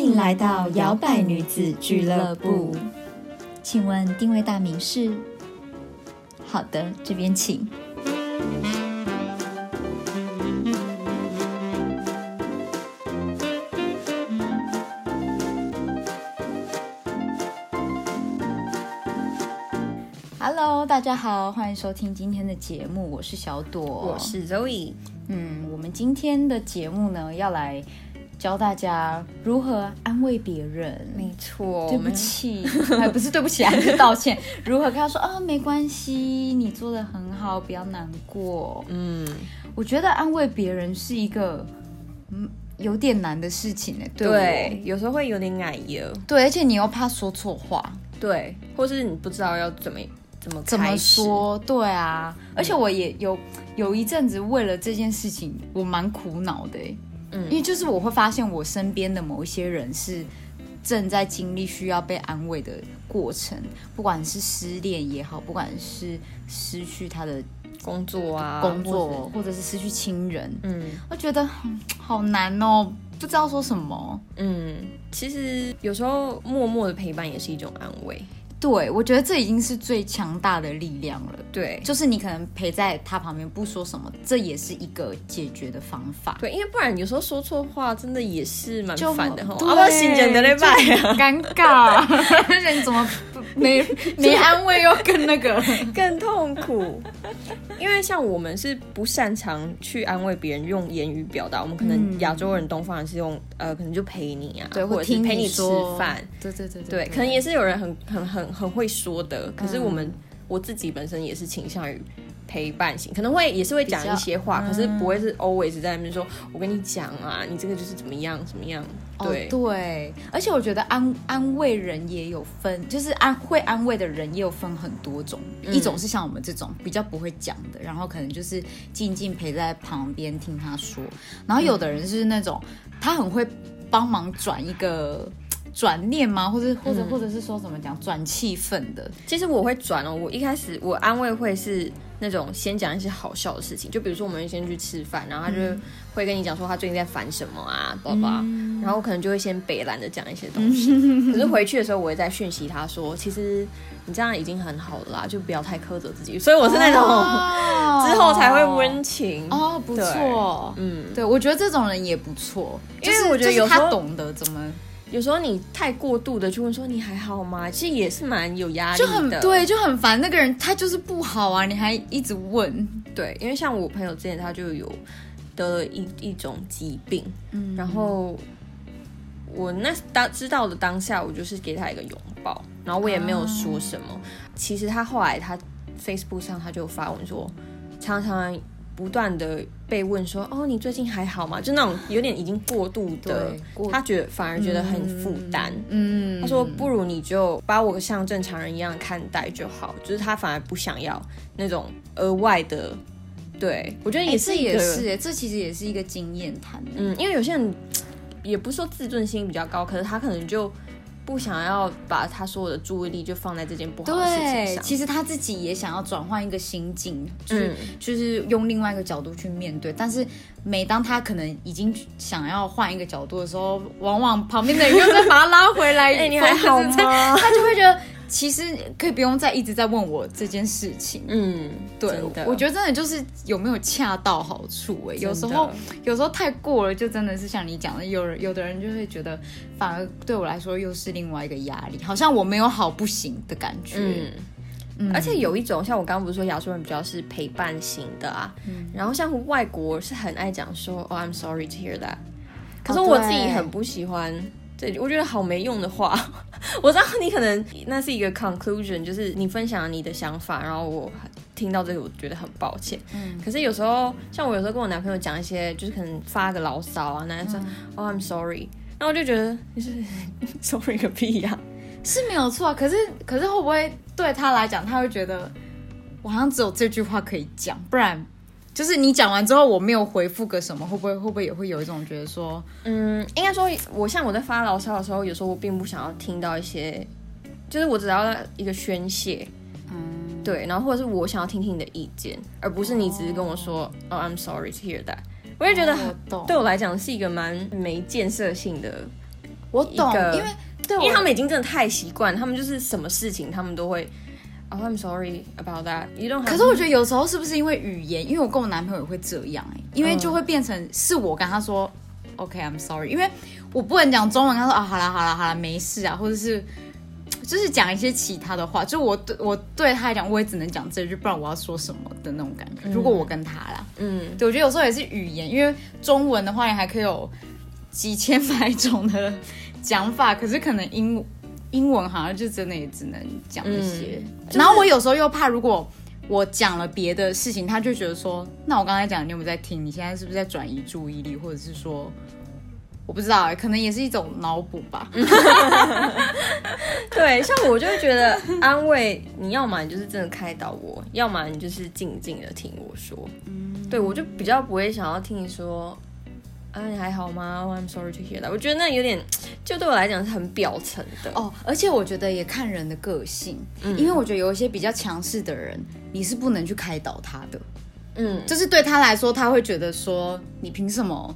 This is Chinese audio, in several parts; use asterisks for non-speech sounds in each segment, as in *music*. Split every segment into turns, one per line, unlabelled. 迎来到摇摆女子俱乐部。请问定位大名是？好的，这边请。Hello，大家好，欢迎收听今天的节目，我是小朵，
我是 Zoe。
嗯，我们今天的节目呢，要来教大家如何安慰别人。
没错，
对
我
不
们
起， *laughs* 哎，不是对不起啊，是道歉。如何跟他说啊？没关系，你做的很好，不要难过。
嗯，
我觉得安慰别人是一个嗯有点难的事情呢。欸我
对，有时候会有点矮油，
对，而且你又怕说错话，
对，或是你不知道要怎么怎么
怎么
开始，
说？对啊，而且我也有有一阵子为了这件事情，我蛮苦恼的欸。
嗯
因为就是我会发现我身边的某一些人是正在经历需要被安慰的过程，不管是失恋也好，不管是失去他的
工作啊，
工
或
作，
是
或者是失去亲人，
嗯
我觉得嗯好难哦，不知道说什么。
嗯，其实有时候默默的陪伴也是一种安慰，
对，我觉得这已经是最强大的力量了。
对
就是你可能陪在他旁边不说什么，这也是一个解决的方法。
对，因为不然有时候说错话真的也是蛮
就
烦的哈，
对
啊不行，真的嘞拜啊，
很尴尬，
*laughs*
而且你怎么不没没安慰又更那
*laughs*
个？
更痛苦，因为像我们是不擅长去安慰别人用言语表达，我们可能
嗯
亚洲人、东方人是用呃，可能就陪你啊，
对，会
或者是
听
陪
你
吃
说
饭，，
对对对
对，可能也是有人很很很很会说的，可是我
嗯
们、我自己本身也是倾向于。陪伴型可能会也是会讲
比较
一些
啊
话，可是不会是 always 在那边说，我跟你讲啊，你这个就是怎么样怎么样，
哦
对、
对，而且我觉得安安慰人也有分，就是安会安慰的人也有分很多种，
嗯
一种是像我们这种比较不会讲的，然后可能就是静静陪在旁边听他说，然后有的人是那种他很会帮忙转一个。转念吗？或者或
嗯
者或者是说怎么讲转气氛的？
其实我会转哦，我一开始我安慰会是那种先讲一些好笑的事情，就比如说我们先去吃饭，然后他就
嗯
会跟你讲说他最近在烦什么啊，爸爸、然后我可能就会先北懒的讲一些东西，
*laughs*
可是回去的时候我会再讯息他说，其实你这样已经很好了啦，啊就不要太苛责自己，所以我是那种、
哦
*laughs* 之后才会温情。
哦，不错，
嗯，
对，我觉得这种人也不错，
因为
就是
我觉得
就是
有时
他
候
懂得怎么，
有时候你太过度的去问说你还好吗，其实也是蛮有压力
就
的。
很对，就很烦。那个人他就是不好啊，你还一直问，
对，因为像我朋友之前他就有得了一一种疾病，然后我那当知道的当下，我就是给他一个拥抱，然后我也没有说什么。其实他后来他 Facebook 上他就发文说，常常不断的被问说，哦，你最近还好吗？就那种有点已经过度的
对过，
他觉得反而觉得很负担。
嗯，
他说：“不如你就把我像正常人一样看待就好。”就是他反而不想要那种额外的，对我觉得
哎
也
这
是一
也
个，
是，哎这其实也是一个经验谈，
嗯，因为有些人也不是说自尊心比较高，可是他可能就不想要把他所有的注意力就放在这件不好的事情
对，
上。
其实他自己也想要转换一个心境，就是、
嗯
就是用另外一个角度去面对。但是每当他可能已经想要换一个角度的时候，往往旁边的人又再把他拉回来，
*laughs* 哎、你还好
就是在
吗？
他就会觉得其实可以不用再一直在问我这件事情。
嗯，
对
真的，
我觉得真的就是有没有恰到好处哎、有时
真的
候有时候太过了，就真的是像你讲的，有人有的人就会觉得，反而对我来说又是另外一个压力，好像我没有好不行的感觉。
嗯。而且有一种像我刚刚不是说亚洲人比较是陪伴型的啊，然后像外国是很爱讲说哦、I'm sorry to hear that，可是
哦
我自己
对
很不喜欢这句，我觉得好没用的话。 *laughs* 我知道你可能那是一个 conclusion，就是你分享你的想法，然后我听到这个我觉得很抱歉。可是有时候像我有时候跟我男朋友讲一些，就是可能发个牢骚啊，男生说哦、I'm sorry，那我就觉得你是 *laughs* sorry 个屁呀、
是没有错啊，可是可是会不会对他来讲，他会觉得我好像只有这句话可以讲，不然就是你讲完之后我没有回复个什么，会不会会不会也会有一种觉得说，
嗯，应该说，我像我在发牢骚的时候，有时候我并不想要听到一些，就是我只要一个宣泄，
嗯，
对，然后或者是我想要听听你的意见，而不是你只是跟我说，哦、i m
哦
sorry to hear that，我就觉得
我懂
对我来讲是一个蛮没建设性的
我懂
一，个
因为对
因
我
为他们已经真的太习惯，他们就是什么事情他们都会。Oh, I'm sorry about that. You don't. Have
可是我觉得有时候是不是因为语言？因为我跟我男朋友也会这样哎、因为就会变成是我跟他说、o k I'm sorry，因为我不能讲中文，他说啊，好啦好啦好啦，没事啊，或者是就是讲一些其他的话，就我对我对他来讲，我也只能讲这句，不然我要说什么的那种感觉。如果我跟他啦，
嗯，
对我觉得有时候也是语言，因为中文的话你还可以有几千百种的讲法， *laughs* 可是可能英英文好像就真的也只能讲这些。然后我有时候又怕，如果我讲了别的事情，他就觉得说，那我刚才讲的你有没有在听？你现在是不是在转移注意力，或者是说？我不知道、欸，可能也是一种脑补吧。
*laughs* 对，像我就会觉得安慰，你要么你就是真的开导我，要么你就是静静的听我说。对我就比较不会想要听你说，啊，你还好吗？Oh, I'm sorry to hear that。我觉得那有点，就对我来讲是很表层的。
哦，而且我觉得也看人的个性，因为我觉得有一些比较强势的人，你是不能去开导他的。
嗯，
就是对他来说，他会觉得说你凭什么，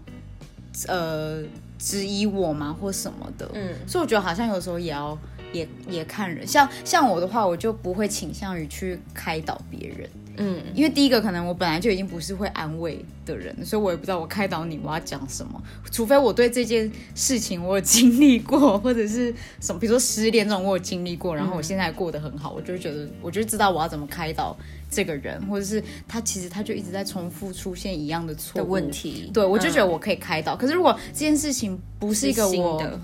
呃，质疑我吗，或什么的。嗯
嗯，
所以我觉得好像有时候也要也也看人，像像我的话，我就不会倾向于去开导别人，
嗯，
因为第一个可能我本来就已经不是会安慰的人，所以我也不知道我开导你我要讲什么，除非我对这件事情我有经历过，或者是什么，比如说失恋这种我有经历过，然后我现在过得很好，我就会觉得我就知道我要怎么开导这个人，或者是他其实他就一直在重复出现一样的错
的
误
问。题。
对，我就觉得
嗯
我可以开导。可是如果这件事情不是一个
新
我
的，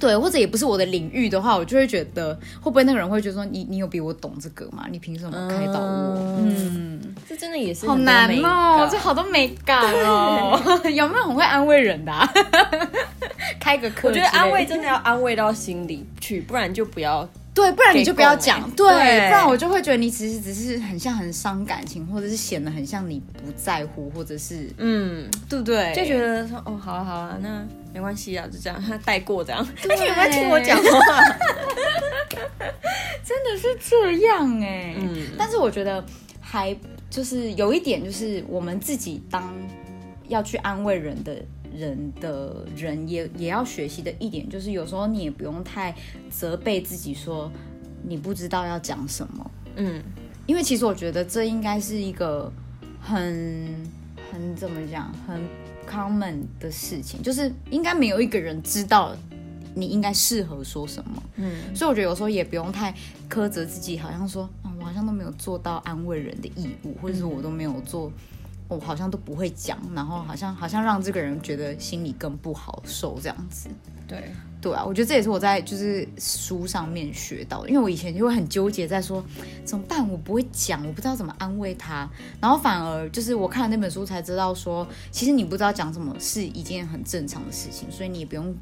对，或者也不是我的领域的话，我就会觉得会不会那个人会觉得说你你有比我懂这个吗？你凭什么开导我？嗯，
这真的也是
好
很多
难
美
哦
感，
这好多美感哦。 *laughs* 有没有很会安慰人 *laughs* 的、啊？开个课
我
之
觉
类
得
的，
安慰真的要安慰到心里去，不然就不要。
对，不然你就不要
给
讲，
够欸
对，
对
不然我就会觉得你其实只是很像很伤感情，或者是显得很像你不在乎，或者是
嗯，
对不对？
就觉得说哦，好了好了，那没关系啊，就这样 *laughs* 带过这样。
对
但是有没有听我讲话？
*laughs* 真的是这样哎、
嗯
但是我觉得还就是有一点，就是我们自己当要去安慰人的人的人也也要学习的一点，就是有时候你也不用太责备自己说你不知道要讲什么，
嗯，
因为其实我觉得这应该是一个很很怎么讲很 common 的事情，就是应该没有一个人知道你应该适合说什么。嗯，所以我觉得有时候也不用太苛责自己，好像说啊，我好像都没有做到安慰人的义务，或者是我都没有做。我好像都不会讲，然后好像好像让这个人觉得心里更不好受这样子。
对，
对啊，我觉得这也是我在就是书上面学到的，因为我以前就会很纠结在说怎么办，我不会讲，我不知道怎么安慰他，然后反而就是我看了那本书才知道说，其实你不知道讲什么是一件很正常的事情，所以你也不用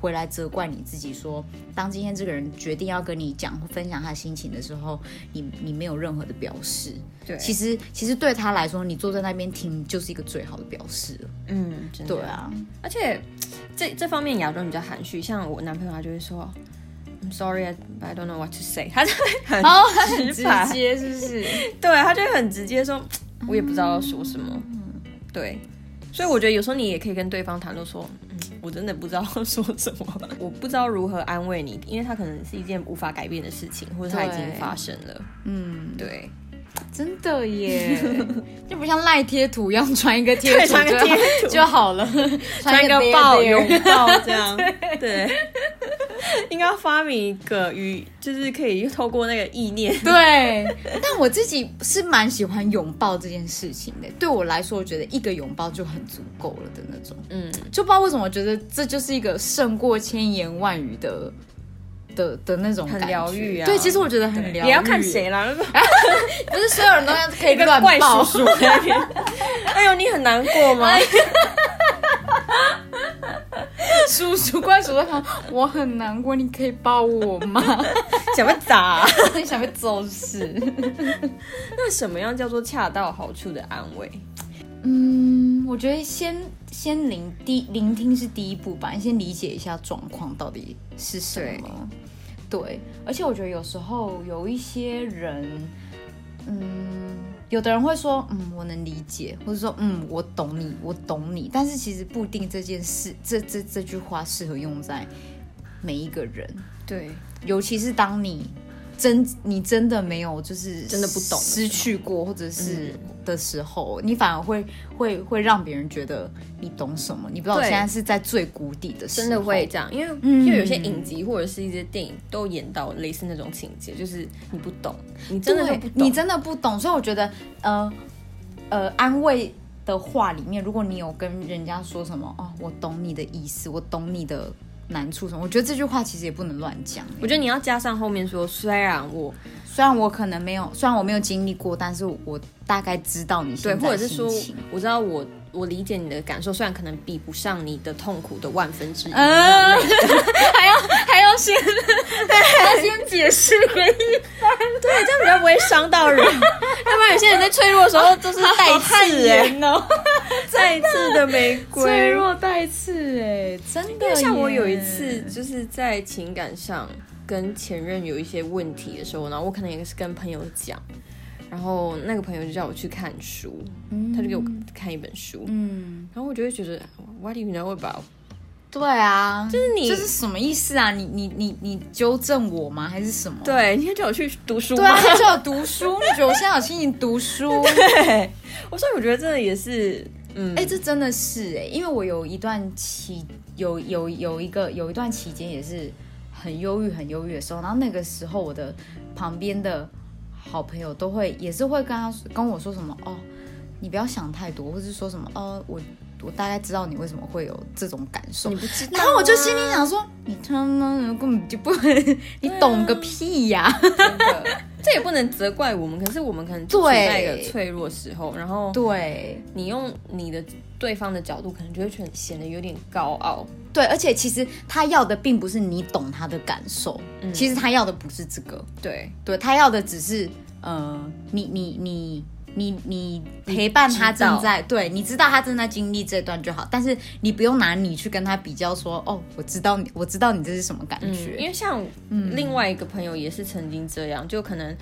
回来责怪你自己说，当今天这个人决定要跟你讲或分享他心情的时候，你你没有任何的表示，
对
其实其实对他来说，你坐在那边听就是一个最好的表示了，
嗯，真的
对。啊，
而且这这方面亚洲人比较含蓄，像我男朋友他就会说，I'm sorry, I I don't know what to say，他就 *laughs* 会很
然后很直
直白
接是不是？
对，啊他就会很直接说，我也不知道要说什么。
嗯
对，所以我觉得有时候你也可以跟对方谈论说，嗯，我真的不知道要说什么， *laughs* 我不知道如何安慰你，因为它可能是一件无法改变的事情，或者它已经
对
发生了。
嗯。
对，
真的耶， *laughs* 就不像赖贴图一样穿一个贴图
对穿个
就
贴图
就好了，
*laughs* 穿一个
贴
抱
贴
拥抱这样， *laughs* 对，应该要发明一个与，就是可以透过那个意念，
*laughs* 对，但我自己是蛮喜欢拥抱这件事情的。对我来说，我觉得一个拥抱就很足够了的那种。
嗯，
就不知道为什么，我觉得这就是一个胜过千言万语的的的那种
很
感觉
疗愈啊
对，其实我觉得很疗愈。
也要看，谁啦。
*laughs* 不是所有人都要可以
一个
乱
怪
抱
叔。叔在那 *laughs* 边，哎呦，你很难过吗？
*laughs* 叔叔怪叔叔说，我很难过，你可以抱我吗？
想被砸啊、
很 *laughs* 想被揍死。 *laughs*
那什么样叫做恰到好处的安慰？
嗯，我觉得先先聆第聆听是第一步吧，你先理解一下状况到底是什么。对，而且我觉得有时候有一些人，嗯，有的人会说，嗯，我能理解，或者说，嗯，我懂你，我懂你。但是其实不一定这件事，这这这句话适合用在每一个人，
对，
尤其是当你真你真的没有就是
真的不懂的时候嗯
失去过或者是的时候，你反而会会会让别人觉得你懂什么，你不知道我
对
现在是在最谷底的时候，
真的会这样，因为因为有些影集或者是一些电影都演到类似那种情节，就是你不懂，你真的就
对
不懂，
你真的不懂，所以我觉得，呃呃，安慰的话里面，如果你有跟人家说什么哦，我懂你的意思，我懂你的难处什么，我觉得这句话其实也不能乱讲。
我觉得你要加上后面说，虽然我
虽然我可能没有，虽然我没有经历过，但是我大概知道你
对，
现
或
在
者
的
是说
心情。
我知道我我理解你的感受，虽然可能比不上你的痛苦的万分之一，
呃，还要还要 *laughs* 先还要先解释给你，
对，这样比较不会伤
*laughs*
到人，要不然有些人在脆弱的时候都是带刺哎、
哦，
带刺的玫瑰，
脆弱带刺哎，真的
因
耶。
为像我有一次就是在情感上跟前任有一些问题的时候，然后我可能也是跟朋友讲，然后那个朋友就叫我去看书，他就给我看一本书，
嗯。
然后我就会觉得 What do you know about？
对啊，就是
你
就是什么意思啊？你你你你纠正我吗？还是什么？
对，你要叫我去读书
对啊
吗？，
你就有读书，你觉得我现在有心情读书？
对， *laughs* 我所以我觉得真的也是，嗯，
哎、这真的是哎、因为我有一段期有有有一个有一段期间也是很忧郁很忧郁的时候，然后那个时候我的旁边的好朋友都会也是会跟他跟我说什么哦，你不要想太多，或是说什么哦，我我大概知道你为什么会有这种感受
你，不知道啊，
然后我就心里想说，你他妈的根本就不， *laughs* 你懂个屁呀、
真的，这也不能责怪我们，可是我们可能就处
对
在一个脆弱时候，然后
*laughs* 对
你用你的对方的角度，可能就会显显得有点高傲。
对，而且其实他要的并不是你懂他的感受，其实他要的不是这个，
对，
对他要的只是，呃，你你你你你陪伴他
知道
正在，对，你知道他正在经历这段就好，但是你不用拿你去跟他比较说，哦，我知道你，我知道你这是什么感
嗯
觉，
因为像另外一个朋友也是曾经这样，就可能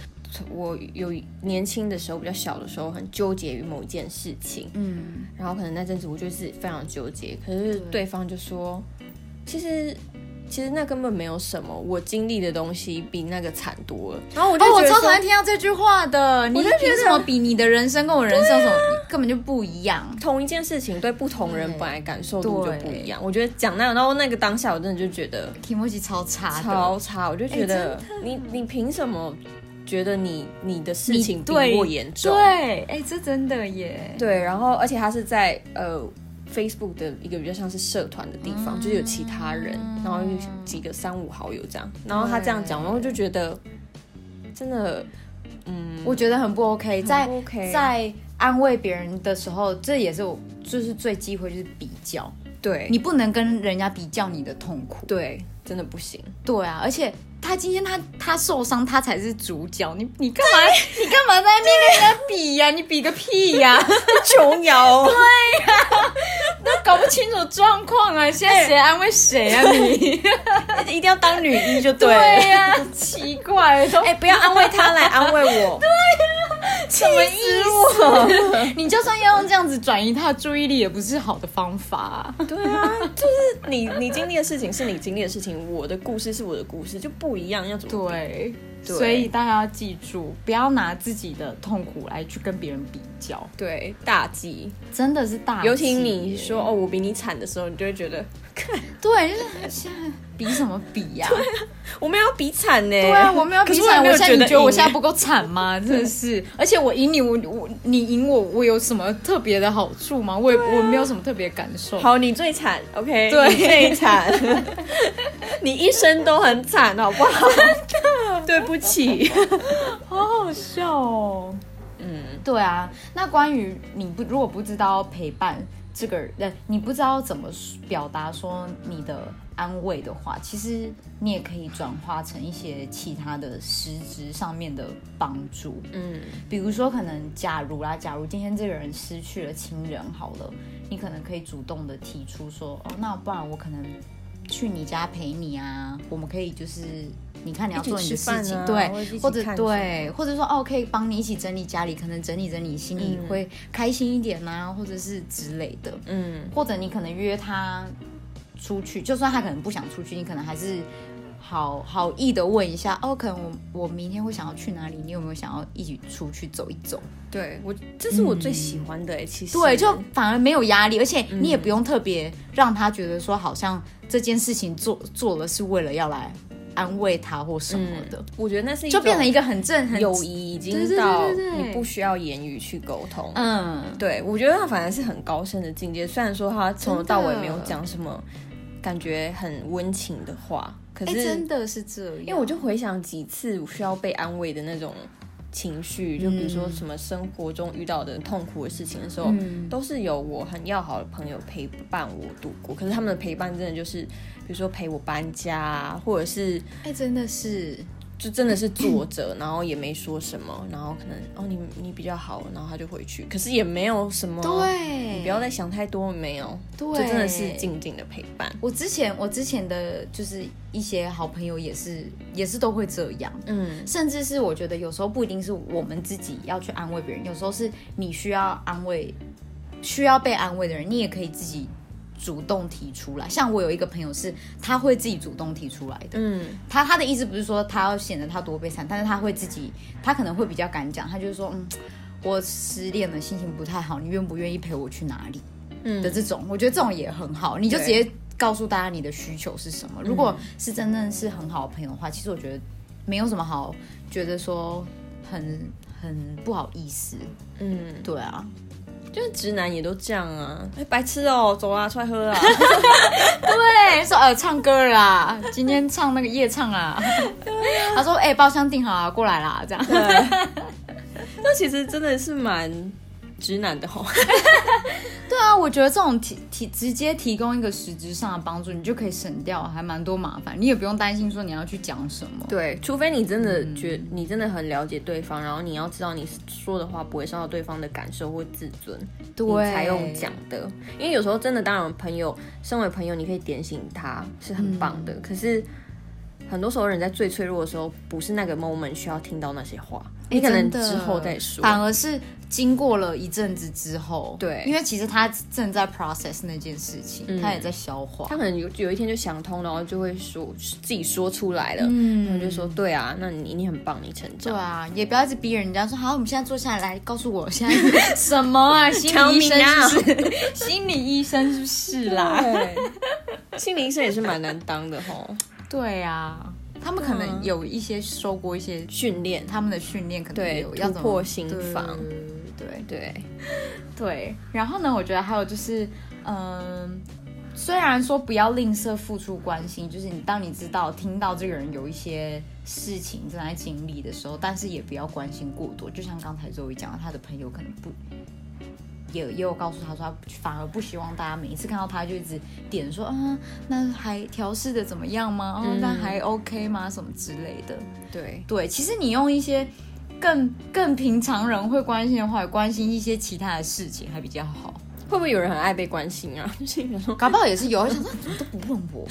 我有年轻的时候，比较小的时候，很纠结于某一件事情，
嗯，
然后可能那阵子我就是非常纠结，可是对方就说，其实。其实那根本没有什么，我经历的东西比那个惨多了。然后我就
哦，我
觉得
超讨
说
厌听到这句话的，你
就觉得
凭什么比你的人生跟我人生有什么、根本就不一样？
同一件事情对不同人
对
本来感受度就
对
不一样。我觉得讲那个，然后那个当下我真的就觉得
提莫吉超差的，
超差，我就觉得
哎
你你凭什么觉得你你的事
你
情比
对
我严重？
对，哎、这真的耶，
对，然后而且他是在呃 Facebook 的一个比较像是社团的地方，就是有其他人，然后有几个三五好友这样，然后他这样讲，然后我就觉得真的
我觉得很不 OK，在
嗯不 OK
在安慰别人的时候，这也是我就是最忌讳就是比较，
对
你不能跟人家比较你的痛苦，
对真的不行，
对啊，而且。他今天他他受伤，他才是主角。你你干嘛你干嘛在那边跟人家比呀、你比个屁呀、
*laughs*
*laughs*
琼瑶 *laughs* 哦。
都搞不清楚状况啊！现在谁安慰谁啊你？
啊一定要当女一就对了。
对呀、奇怪，都
哎、不要安慰他来安慰 *laughs* 我。啊
什么意思？你就算要用这样子转移他的注意力，也不是好的方法啊、
对啊，就是你你经历的事情是你经历的事情，我的故事是我的故事，就不一样，要怎么？
对，
对
所以大家要记住，不要拿自己的痛苦来去跟别人比较，
对，大忌。
真的是大忌耶。
尤其你说哦，我比你惨的时候，你就会觉得
对，就是现在比什么比呀、
我没有比惨呢。
对啊，我没有
啊可
比
是
惨，
也
我
没有
现在你觉得
赢
我现在不够惨吗？真的是，而且我赢你，我我你赢我，我有什么特别的好处吗？我也、我没有什么特别感受。
好，你最惨，OK？
对
你最惨，
*laughs*
你一生都很惨，好不好？对不起。
好好笑哦。
嗯，
对啊，那关于你不如果不知道陪伴这个人，呃你不知道怎么表达说你的安慰的话，其实你也可以转化成一些其他的实质上面的帮助。
嗯，
比如说，可能假如啦，假如今天这个人失去了亲人，好了，你可能可以主动的提出说，哦，那不然我可能去你家陪你啊，我们可以就是。你看你要
一起
做你的
吃
事
饭
情，
啊
对
或者一，起
或者
看什么
对，或者说哦，可以帮你一起整理家里，可能整理整理，心
嗯
啊里会开心一点呐、或者是之类的。
嗯，
或者你可能约他出去，就算他可能不想出去，你可能还是好好意的问一下，哦，可能我我明天会想要去哪里，你有没有想要一起出去走一走？
对我，这是我最喜欢的哎、其实
嗯对，就反而没有压力，而且你也不用特别让他觉得说好像这件事情做做了是为了要来安慰他或什么的，
我觉得那是一
就变成一
个
个很正很
友谊，已
对
经
对
到
对对对
你不需要言语去沟通。
嗯，
啊对，我觉得他反而是很高深的境界。虽然说他从头到尾没有讲什么感觉很温情的话，可
哎、
是
真的是这样，
因为我就回想几次我需要被安慰的那种情绪，就比如说什么生活中遇到的痛苦的事情的时候，
嗯
都是有我很要好的朋友陪伴我度过。可是他们的陪伴真的就是，比如说陪我搬家啊，或者是
哎、真的是，
就真的是坐着，然后也没说什么，然后可能哦你你比较好，然后他就回去，可是也没有什么。
对，
你不要再想太多，没有，
对
这真的是静静的陪伴。
我之前我之前的就是一些好朋友也是也是都会这样，
嗯，
甚至是我觉得有时候不一定是我们自己要去安慰别人，有时候是你需要安慰，需要被安慰的人，你也可以自己主动提出来。像我有一个朋友是，他会自己主动提出来的。
嗯，
他他的意思不是说他要显得他多悲惨，但是他会自己，他可能会比较敢讲，他就是说，嗯，我失恋了，心情不太好，你愿不愿意陪我去哪里？
嗯
的这种，我觉得这种也很好，你就直
对
接告诉大家你的需求是什么。如果是真正是很好的朋友的话，其实我觉得没有什么好觉得说很很不好意思。
嗯，
对啊，
就是直男也都这样啊，哎、白痴哦、走啊，出来喝啊。 *laughs*
对，说呃唱歌啦，今天唱那个夜唱啦。 *laughs* 他说哎、包厢订好啊，过来啦，这样。
那其实真的是蛮直男的吼。哦
对啊，我觉得这种提提直接提供一个实质上的帮助，你就可以省掉还蛮多麻烦，你也不用担心说你要去讲什么。
对，除非你真的觉、你真的很了解对方，然后你要知道你说的话不会伤到对方的感受或自尊，
对，
你才用讲的。因为有时候真的，当然朋友，身为朋友，你可以点醒他是很棒的，可是。很多时候，人在最脆弱的时候，不是那个 moment 需要听到那些话，你可能
哎真的
之后再说。
反而是经过了一阵子之后，
对嗯
因为其实他正在 process 那件事情，他也在消化。
他可能有有一天就想通，然后就会说自己说出来了，然后就说对啊，那你你很棒，你成
嗯对
长。
啊，也不要一直逼人家说好，我们现在坐下来，来告诉我现
*laughs*
在什么啊？心理医生是不是？ *laughs* 心理医生是不是啦？
*laughs* 对， *laughs* 心理医生也是蛮难当的吼，
对啊，他们可
嗯
能有一些受过一些
训练
他们的训练，可能
对
有要
突
怎么
破心防，
对对
对，
对，然后呢，我觉得还有就是，嗯，虽然说不要吝啬付出关心，就是你当你知道听到这个人有一些事情正在经历的时候，但是也不要关心过多。就像刚才周瑜讲的，他的朋友可能不。也也有告诉他说，他反而不希望大家每一次看到他就一直点说啊，那还调试的怎么样吗？哦，那还 OK 吗？什么之类的。
对
对，其实你用一些更更平常人会关心的话，关心一些其他的事情还比较好。
会不会有人很爱被关心啊？ *laughs* 就是有时候
搞不好也是有，我想说怎么都不问 *laughs* 我，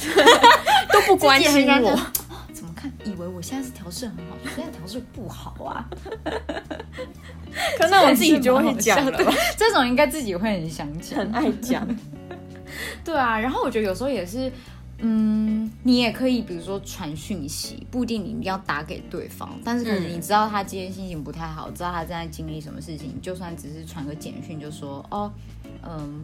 都不关
自己
心
也很 *laughs*
我
想，说。啊怎么看？以为我现在是调试很好，现在调试不好啊！
可 *laughs* 那我自己就会
*laughs*
讲
这也是蛮好笑的
了，
这种应该自己会很想讲。
*laughs* 很爱讲，
对啊，然后我觉得有时候也是，嗯，你也可以比如说传讯息，不一定你一定要打给对方，但是可能
嗯
你知道他今天心情不太好，知道他正在经历什么事情，就算只是传个简讯，就说哦，嗯。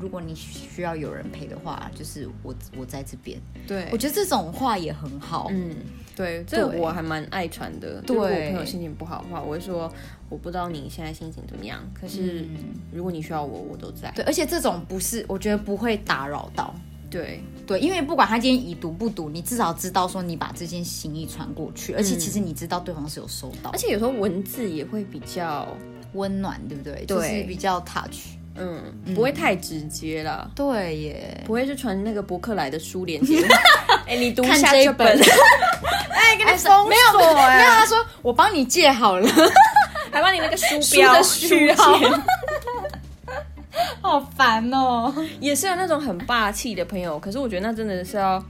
如果你需要有人陪的话，就是我我在这边。
对
我觉得这种话也很好。
嗯，对，这个
对
我还蛮爱传的。就如果我
对
朋友心情不好的话，我会说我不知道你现在心情怎么样，可是如果你需要我，我都在。
对，而且这种不是，我觉得不会打扰到。
对，
对，因为不管他今天已读不读，你至少知道说你把这件心意传过去，而且其实
嗯
你知道对方是有收到
而。且有时候文字也会比较，
温暖，对不对？
对
就是比较 touch。
嗯，不会太直接啦，
对耶，
不会是传那个博客来的书链
*laughs*
接。哎、你读一
看
下
这
这
本
本，
哎，给你
*laughs*
封没有没有，没有
啊
他说我帮你借好 *laughs* 了，
还把你那个书
书
标
的需要啊
书签
*laughs* 好烦哦。哦
也是有那种很霸气的朋友，可是我觉得那真的是要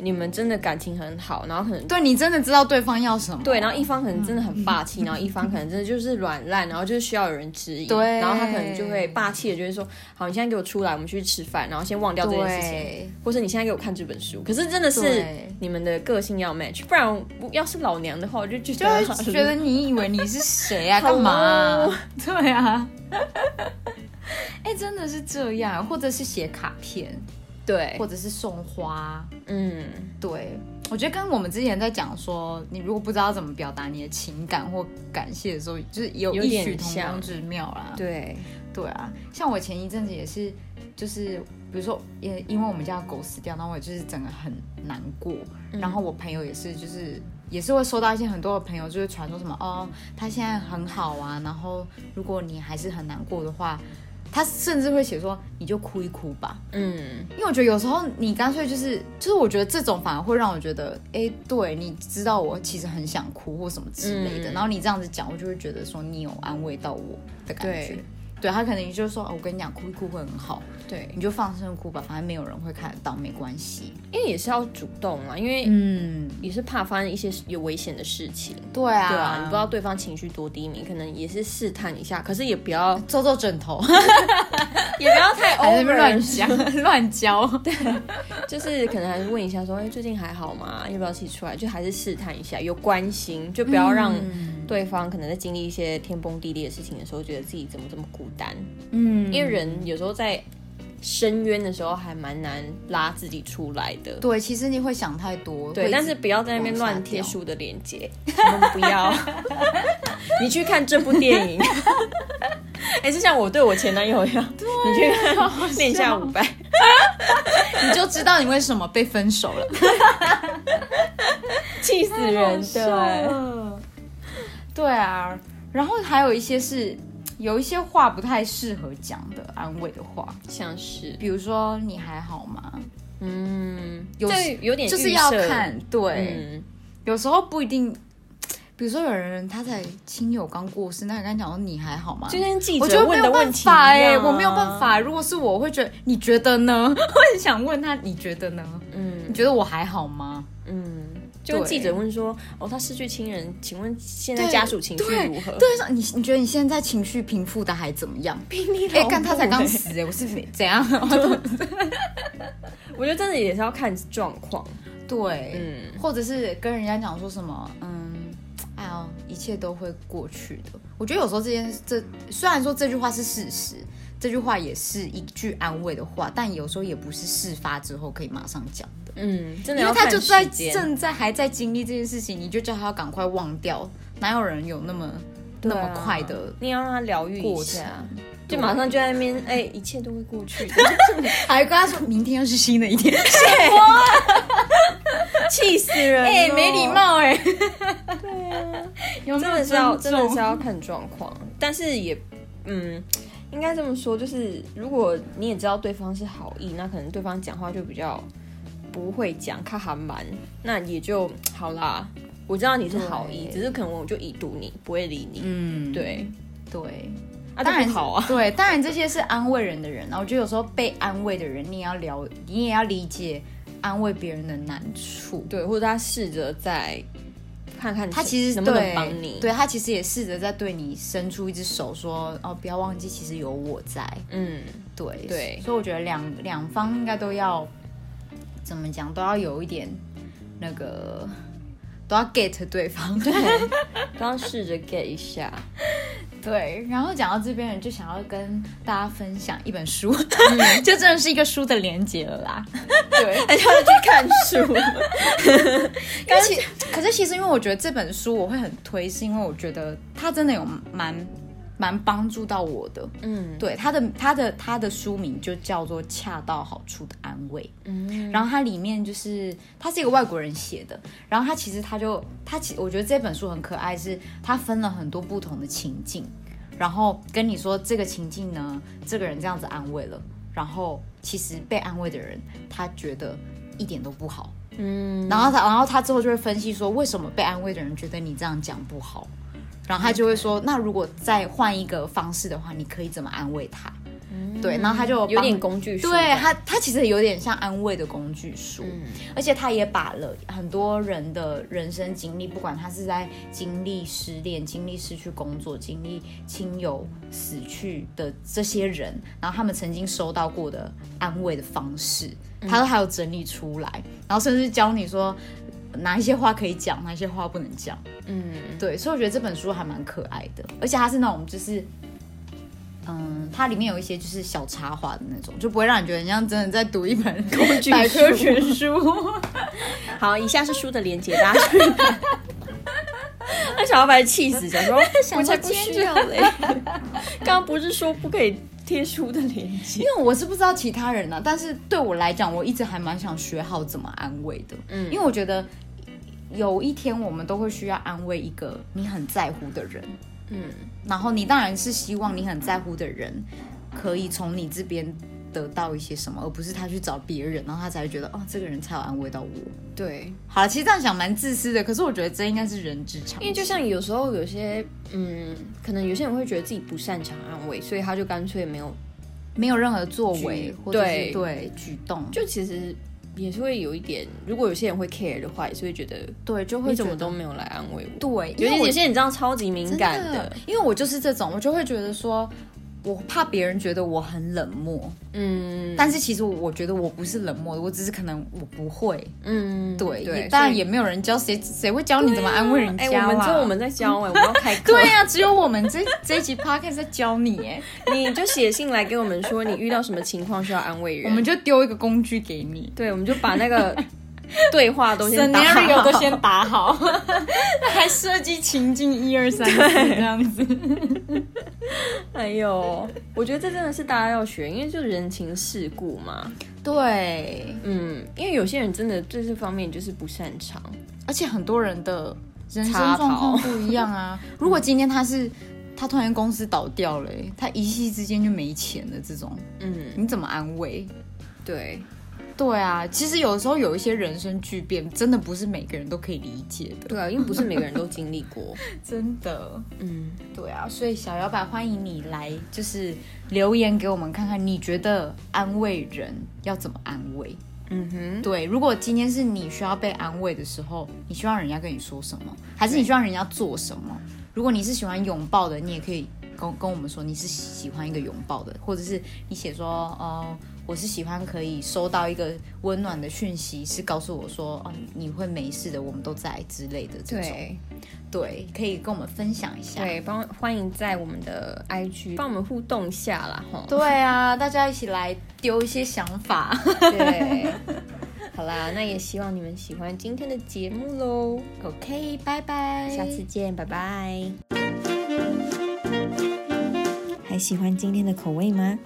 你们真的感情很好，然后可能
对啊你真的知道对方要什么，
对，然后一方可能真的很霸
*laughs*
气，然后一方可能真的就是软烂，然后就是需要有人指引，
对
然后他可能就会霸气的就会说，好，你现在给我出来，我们去吃饭，然后先忘掉这件事情，
对
或是你现在给我看这本书。可是真的是
对
你们的个性要 match，不然我要是老娘的话，我就觉
就
得
会觉得你以为你是谁 *laughs* 啊？
Hello
干嘛啊、对啊， *laughs* 哎、真的是这样，或者是写卡片，
对
或，者是送花，
嗯，
对。我觉得跟我们之前在讲说，你如果不知道怎么表达你的情感或感谢的时候，就是有
有
异
点
曲同工
像
之妙啦。
对，
对啊，像我前一阵子也是，就是比如说也因为我们家的狗死掉，然后我就是整个很难过。
嗯
然后我朋友也是，就是也是会收到一些很多的朋友就会传说什么哦，他现在很好啊，然后如果你还是很难过的话。他甚至会写说，你就哭一哭吧，
嗯，
因为我觉得有时候你干脆就是，就是我觉得这种反而会让我觉得，哎，对你知道我其实很想哭或什么之类的，
嗯
然后你这样子讲，我就会觉得说你有安慰到我的感觉。
对
对他可能就说、哦我跟你讲，哭一哭会很好，
对，
你就放声哭吧，反正没有人会看得到，没关系。
因为也是要主动啊，因为
嗯，
也是怕发生一些有危险的事情。
对啊，
对啊，你不知道对方情绪多低迷，可能也是试探一下，可是也
*laughs*
不要
皱皱枕
*laughs*
头，
也不要太
还在那边
over，
乱
*laughs*
讲乱教。
就是可能还是问一下说，哎、最近还好吗？要不要一起出来？就还是试探一下，有关心，就不要让
嗯
对方可能在经历一些天崩地裂的事情的时候，觉得自己怎么这么孤单。
嗯，
因为人有时候在深渊的时候，还蛮难拉自己出来的。
对，其实你会想太多，
对，
会
但是不要在那边乱贴书的链接，我们
*laughs*
不要。你去看这部电影， *laughs* 哎、就像我对我前男友一样，
啊
你去看《恋下五百》，
*laughs* 你就知道你为什么被分手了，
气死人的。
的。对啊，然后还有一些是有一些话不太适合讲的安慰的话，
像是，
比如说你还好吗？
嗯，
有
这有点
就是要
预设，
看对。
嗯，
有时候不一定，比如说有人他才亲友刚过世，那你刚讲说你还好吗？
就跟记
我觉
者
得没
问的
有
问
办
题
法
一
哎、
样啊
我没有办。法。如果是我，我会觉得你觉得呢？ *laughs* 我很想问他，你觉得呢？
嗯
你觉得我还好吗？
嗯，就跟
对
记者问说，哦，他失去亲人，请问现在
对
家属情绪
对
如何？
对，说你你觉得你现在情绪平复的还怎么样？
比你
哎、
老
看他
母
才刚
欸
死哎、我是没怎样？
我觉得真的也是要看状况。
*laughs* 对，
嗯，
或者是跟人家讲说什么，嗯，哎呦，一切都会过去的。我觉得有时候这件这虽然说这句话是事实，这句话也是一句安慰的话，但有时候也不是事发之后可以马上讲的，
嗯，真的
因
要
为他
看
就在
时间
正在还在经历这件事情，你就叫他要赶快忘掉，哪有人有那么、那
对啊
么快的？
你要让他疗愈一
过
下
程，
啊就马上就在那边，哎、一切都会过
*laughs*
去的，
还跟他说明天又是新的一
*laughs*
天，
气死人！哦
哎、没礼，貌哎、 *laughs* 有
真
没
的
有
是要
尊
真的
重
是要看状况，但是也，嗯，应该这么说，就是如果你也知道对方是好意，那可能对方讲话就比较不会讲，看韩蛮，那也就好啦。我知道你是好意，
对
只是可能我就已读你，不会理你。
嗯，
对，
对。
啊，
当然
这
是
不好啊。
对，当然这些是安慰人的人啊。我觉得有时候被安慰的人，你也要了，你也要理解安慰别人的难处。
对，或者他试着再看看
他其实
能不能
对
帮你。，
对他其实也试着在对你伸出一只手说，哦，不要忘记，其实有我在。
嗯，
对
对
所以我觉得两两方应该都要怎么讲，都要有一点那个，都要 get 对
*laughs*
方。
刚刚试着 get 一 *laughs* 下。
对，然后讲到这边，就想要跟大家分享一本书， *laughs* 就真的是一个书的连接了啦。
对，他就去看书。
但其可是其实因为我觉得这本书我会很推，是因为我觉得它真的有蛮蛮帮助到我的。
嗯
对，它的它的它的书名就叫做《恰到好处的安慰》。
嗯，
然后它里面就是它是一个外国人写的，然后它其实它就它其我觉得这本书很可爱，是它分了很多不同的情境，然后跟你说这个情境呢，这个人这样子安慰了，然后其实被安慰的人他觉得一点都不好，
*laughs* 嗯，
然后他，然后他之后就会分析说，为什么被安慰的人觉得你这样讲不好，然后他就会说，那如果再换一个方式的话，你可以怎么安慰他？对，然后他就
嗯有
帮
点工具书，
对他，他其实有点像安慰的工具书，
嗯
而且他也把了很多人的人生经历，不管他是在经历失恋、经历失去工作、经历亲友死去的这些人，然后他们曾经收到过的安慰的方式，
嗯
他都还有整理出来，然后甚至教你说哪一些话可以讲，哪一些话不能讲。
嗯
对，所以我觉得这本书还蛮可爱的，而且它是那种就是，嗯，它里面有一些就是小插画的那种，就不会让你觉得你像真的在读一本
工具
百科
书
全书。
好，以下是书的连接，大家去 *laughs* 看。那小老板气死， *laughs* 想说我才不需要嘞。 *laughs* 刚刚不是说不可以贴书的连接？
因为我是不知道其他人啊，但是对我来讲，我一直还蛮想学好怎么安慰的，嗯，因为我觉得有一天我们都会需要安慰一个你很在乎的人，
嗯
然后你当然是希望你很在乎的人可以从你这边得到一些什么，而不是他去找别人，然后他才会觉得哦，这个人才有安慰到我。
对，
好了，其实这样想蛮自私的，可是我觉得这应该是人之常情。
因为就像有时候有些，嗯，可能有些人会觉得自己不擅长安慰，所以他就干脆没有，
没有任何作为
举
或者是
对
对举动，
就其实也是会有一点，如果有些人会 care 的话，也是会觉得
对就会
你怎么
觉得
都没有来安慰我。
对，
尤
因为
其
我
有些人你知道超级敏感
真
的，，
因为我就是这种，我就会觉得说。我怕别人觉得我很冷漠，
嗯
但是其实我觉得我不是冷漠的，我只是可能我不会。
嗯，
对，也
对，
当然
所以
也没有人教谁，谁会教你怎么安慰人家
哎、
啦
我们只有我们在教哎、我们要开 *laughs* 课。
对呀、只有我们 *laughs* 这这一集 podcast 在教你哎，
你就写信来给我们说你遇到什么情况需要安慰
*laughs*
人，
我们就丢一个工具给你
*laughs* 对，我们就把那个对话都先打 *laughs*
，scenario
好
都先打 *laughs* 好，还设计情境一二三四这样子。
哎呦，我觉得这真的是大家要学，因为就是人情世故嘛。
对，
嗯，因为有些人真的对这方面就是不擅长。
而且很多人的人生
插
状况
头
不一样啊。 *laughs* 如果今天他是他突然公司倒掉了欸、他一夕之间就没钱了，这种
嗯，
你怎么安慰？
对，
对啊，其实有时候有一些人生巨变，真的不是每个人都可以理解的，
对啊，因为不是每个人都经历过。
真的。
*laughs* 嗯，
对啊，所以小摇摆欢迎你来，就是留言给我们看看，你觉得安慰人要怎么安慰？
嗯哼，
对，如果今天是你需要被安慰的时候，你希望人家跟你说什么，还是你希望人家做什么？如果你是喜欢拥抱的，你也可以跟跟我们说你是喜欢一个拥抱的，或者是你写说，哦，我是喜欢可以收到一个温暖的讯息，是告诉我说，哦，你会没事的，我们都在之类的这种。
对
对，可以跟我们分享一下。
对，帮欢迎在我们的 IG 帮我们互动一下啦，哈。
对啊，大家一起来丢一些想法。
对，好啦，那也希望你们喜欢今天的节目喽，
OK，拜拜，
下次见，拜拜。还喜欢今天的口味吗？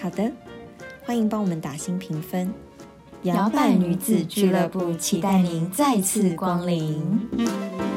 好的，欢迎帮我们打新评分。
摇摆女子俱乐部期待您再次光临。